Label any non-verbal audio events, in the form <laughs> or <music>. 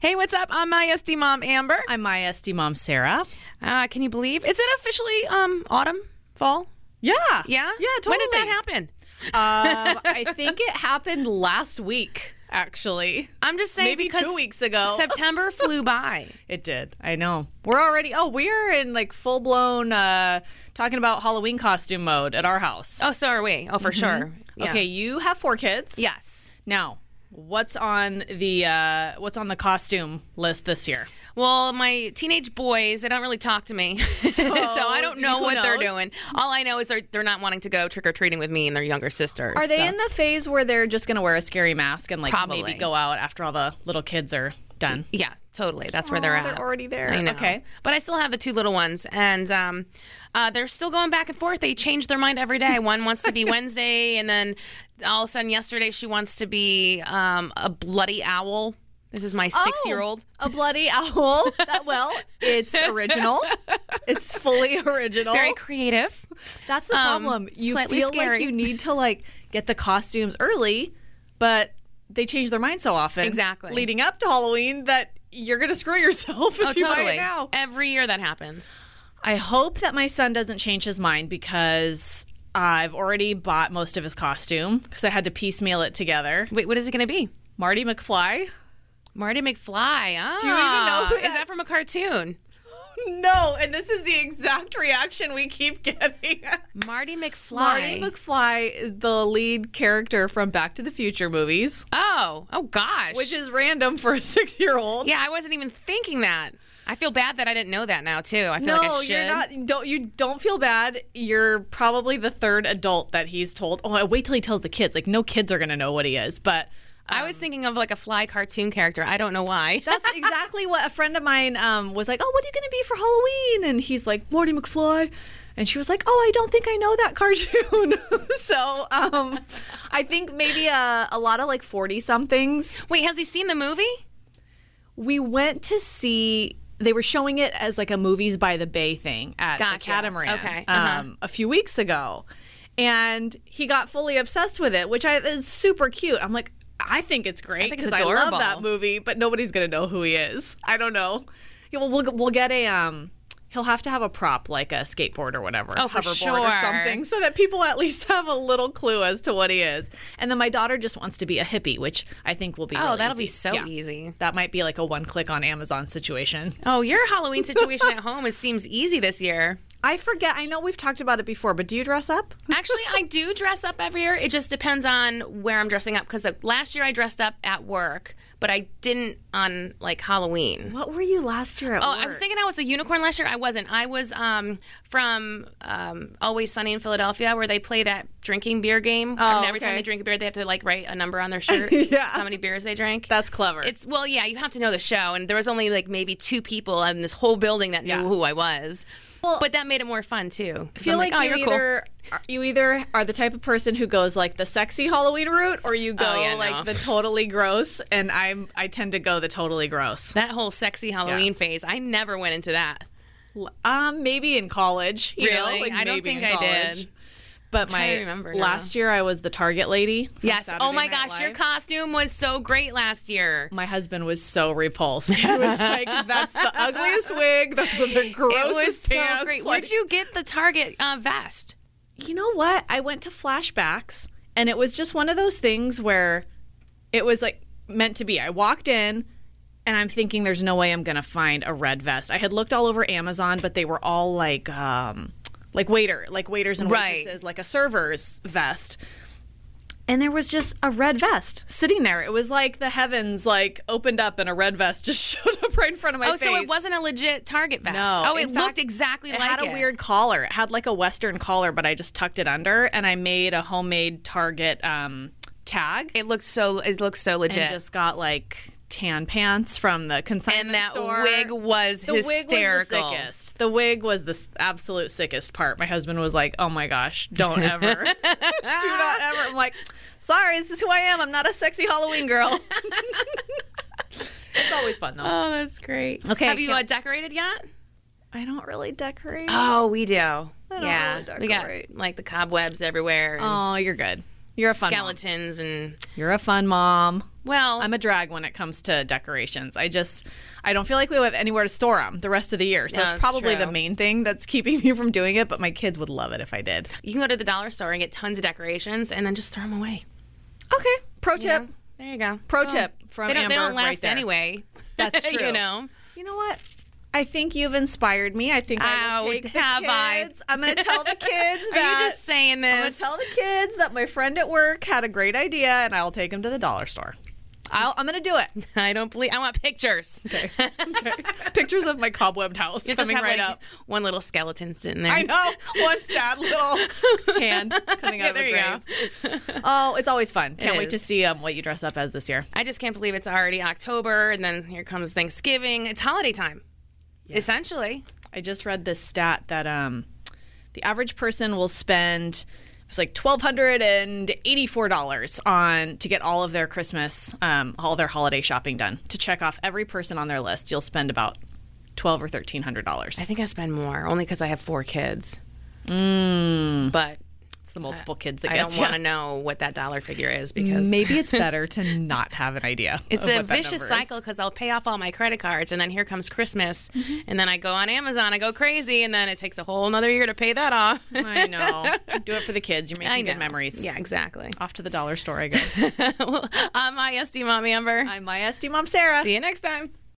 Hey, what's up? I'm my SD mom, Amber. I'm my SD mom, Sarah. Uh, can you believe? Is it officially um, autumn, fall? Yeah. Yeah? Yeah, When did that happen? happen? um, I think it happened last week, actually. I'm just saying Maybe because two weeks ago. September <laughs> flew by. It did. I know. We're already, oh, we're in like full blown uh, talking about Halloween costume mode at our house. Oh, so are we. Oh, for sure. Yeah. Mm-hmm. Okay, you have four kids. Yes. Now, what's on the uh, what's on the costume list this year? Well, my teenage boys, they don't really talk to me. <laughs> So, I don't know Oh, who what they're knows? doing. All I know is they're, they're not wanting to go trick or treating with me and their younger sisters. Are they so. in the phase where they're just going to wear a scary mask and like Probably. maybe go out after all the little kids are done? Yeah, totally. That's where they're Aw, at. Oh, they're already there. I know. Okay. But I still have the two little ones, and um, uh, they're still going back and forth. They change their mind every day. One wants to <laughs> be Wednesday, and then all of a sudden yesterday she wants to be um, a bloody owl. This is my Oh. six-year-old. a bloody owl. That- well, <laughs> it's original. It's fully original. Very creative. That's the um, problem. You slightly feel like scary. you need to like get the costumes early, but they change their mind so often. Exactly. Leading up to Halloween that you're going to screw yourself <laughs> if Oh, you buy totally. it now. Every year that happens. I hope that my son doesn't change his mind because I've already bought most of his costume because I had to piecemeal it together. Wait, what is it going to be? Marty McFly? Marty McFly. Ah, you even know who Is that- that from a cartoon? <laughs> No, and this is the exact reaction we keep <laughs> getting. Marty McFly. Marty McFly is the lead character from Back to the Future movies, oh, oh gosh. which is random for a <laughs> six year old. Yeah, I wasn't even thinking that. I feel bad that I didn't know that now too. I feel No, like I should. you're not. Don't you don't feel bad. You're probably the third adult that he's told. Oh, I wait till he tells the kids. Like no kids are gonna know what he is. But <laughs> I was thinking of like a fly cartoon character. I don't know why. That's exactly what a friend of mine um, was like. Oh, what are you going to be for Halloween? And he's like Marty McFly, and she was like, Oh, I don't think I know that <laughs> cartoon. so um, I think maybe uh, a lot of like forty somethings. <laughs> Wait, has he seen the movie? We went to see. They were showing it as like a movies by the bay thing at the Gotcha. Catamaran Okay. Uh-huh. um, a few weeks ago, and he got fully obsessed with it, which I is super cute. I'm like. I think it's great think it's because I love adorable. that movie, but nobody's gonna know who he is. I don't know. Yeah, well, we'll we'll get a um. He'll have to have a prop like a skateboard or whatever, Oh, for hoverboard or sure. something, so that people at least <laughs> have a little clue as to what he is. And then my daughter just wants to be a hippie, which I think will be. Oh, really that'll be easy. so Yeah. easy. That might be like a one-click on Amazon situation. Oh, your Halloween situation at home is, seems easy this year. I forget. I know we've talked about it before, but do you dress up? Actually, I do dress up every year. It just depends on where I'm dressing up because last year I dressed up at work, but I didn't on like Halloween. What were you last year at Oh, I was thinking I was a unicorn last year. I wasn't. I was um, from um, Always Sunny in Philadelphia, where they play that drinking beer game. Oh, every time okay. they drink a beer, they have to like write a number on their shirt. <laughs> Yeah. how many beers they drank. That's clever. it's well, yeah. You have to know the show, and there was only like maybe two people in this whole building that knew Yeah. who I was. Well- but that made it more fun too. 'Cause I feel I'm like, oh, you you're cool. either are- you either are the type of person who goes like the sexy Halloween route, or you go Oh, yeah, like no. the totally gross. And I'm I tend to go the totally gross. That whole sexy Halloween phase, I never went into that. Um, maybe in college. You know, Really? like, I don't maybe think in I did. college. But trying my to remember now. last year, I was the Target lady. from Yes. Saturday oh my Night gosh, your Live. costume was so great last year. my husband was <laughs> so repulsed. He was like, "That's the ugliest wig. Those are the grossest it was so pants." great. Like, Where'd you get the Target uh, vest? you know what? I went to flashbacks and it was just one of those things where it was like meant to be. I walked in and I'm thinking there's no way I'm going to find a red vest. I had looked all over Amazon, but they were all like um like waiter, like waiters and Right. waitresses, like a server's vest. And there was just a red vest sitting there. It was like the heavens like opened up and a red vest <laughs> just showed up right in front of my Oh, face. so it wasn't a legit Target vest. No. Oh, it In looked fact, exactly It like had a it. weird collar. It had like a Western collar, but I just tucked it under and I made a homemade Target um, tag It looked so. It looked so legit. and just got like tan pants from the consignment And that store. wig was the hysterical. wig was the sickest. The wig was the s- absolute sickest part. My husband was like, "Oh my gosh, don't ever, <laughs> do not ever." I'm like, "Sorry, this is who I am. I'm not a sexy Halloween girl." <laughs> it's always fun though. Oh, that's great. Okay, Have I you uh, can't- decorated yet? I don't really decorate. Oh, we do. yeah, really we got decorate. like the cobwebs everywhere, and Oh, you're good. You're a fun mom. skeletons, and You're a fun mom. Well, I'm a drag when it comes to decorations. I just I don't feel like we have anywhere to store them the rest of the year. So No, that's that's probably true. the main thing that's keeping <laughs> me from doing it, but my kids would love it if I did. you can go to the dollar store and get tons of decorations and then just throw them away. Okay, pro tip. There you go. Pro tip from they don't, they Amber don't right last there. anyway. That's <laughs> true. you know. You know what? I think you've inspired me. I think I will Ow, take the have I? kids. I'm going to tell <laughs> the kids that Are you just saying I'm going this? to tell the kids that my friend at work had a great idea and I'll take them to the dollar store. I'll, I'm going to do it. <laughs> I don't believe. I want pictures. <laughs> Okay. <laughs> okay. Pictures of my cobwebbed house You just coming have right like up. one little skeleton sitting <laughs> there. I know. One sad little hand <laughs> coming Yeah, out there you of the grave. <laughs> Oh, it's always fun. Can't wait to is. see um, what you dress up as this year. I just can't believe it's already October, and then here comes Thanksgiving. It's holiday time, essentially. I just read this stat that um, the average person will spend it's like twelve hundred and eighty-four dollars on to get all of their Christmas, um, all their holiday shopping done. To check off every person on their list, you'll spend about twelve or thirteen hundred dollars. I think I spend more only because I have four kids. Mm. But It's the multiple kids that I gets don't you. want to know what that dollar figure is because <laughs> Maybe it's better to not have an <laughs> idea. It's of a what that vicious number is. cycle because I'll pay off all my credit cards, and then here comes Christmas, and then I go on Amazon, I go crazy, and then it takes a whole another year to pay that off. <laughs> I know. Do it for the kids. <laughs> You're making good know. memories. Yeah, exactly. <laughs> Off to the dollar store I go. well, I'm ISD Mommy Amber. <laughs> I'm my SD mom, Sarah. See you next time.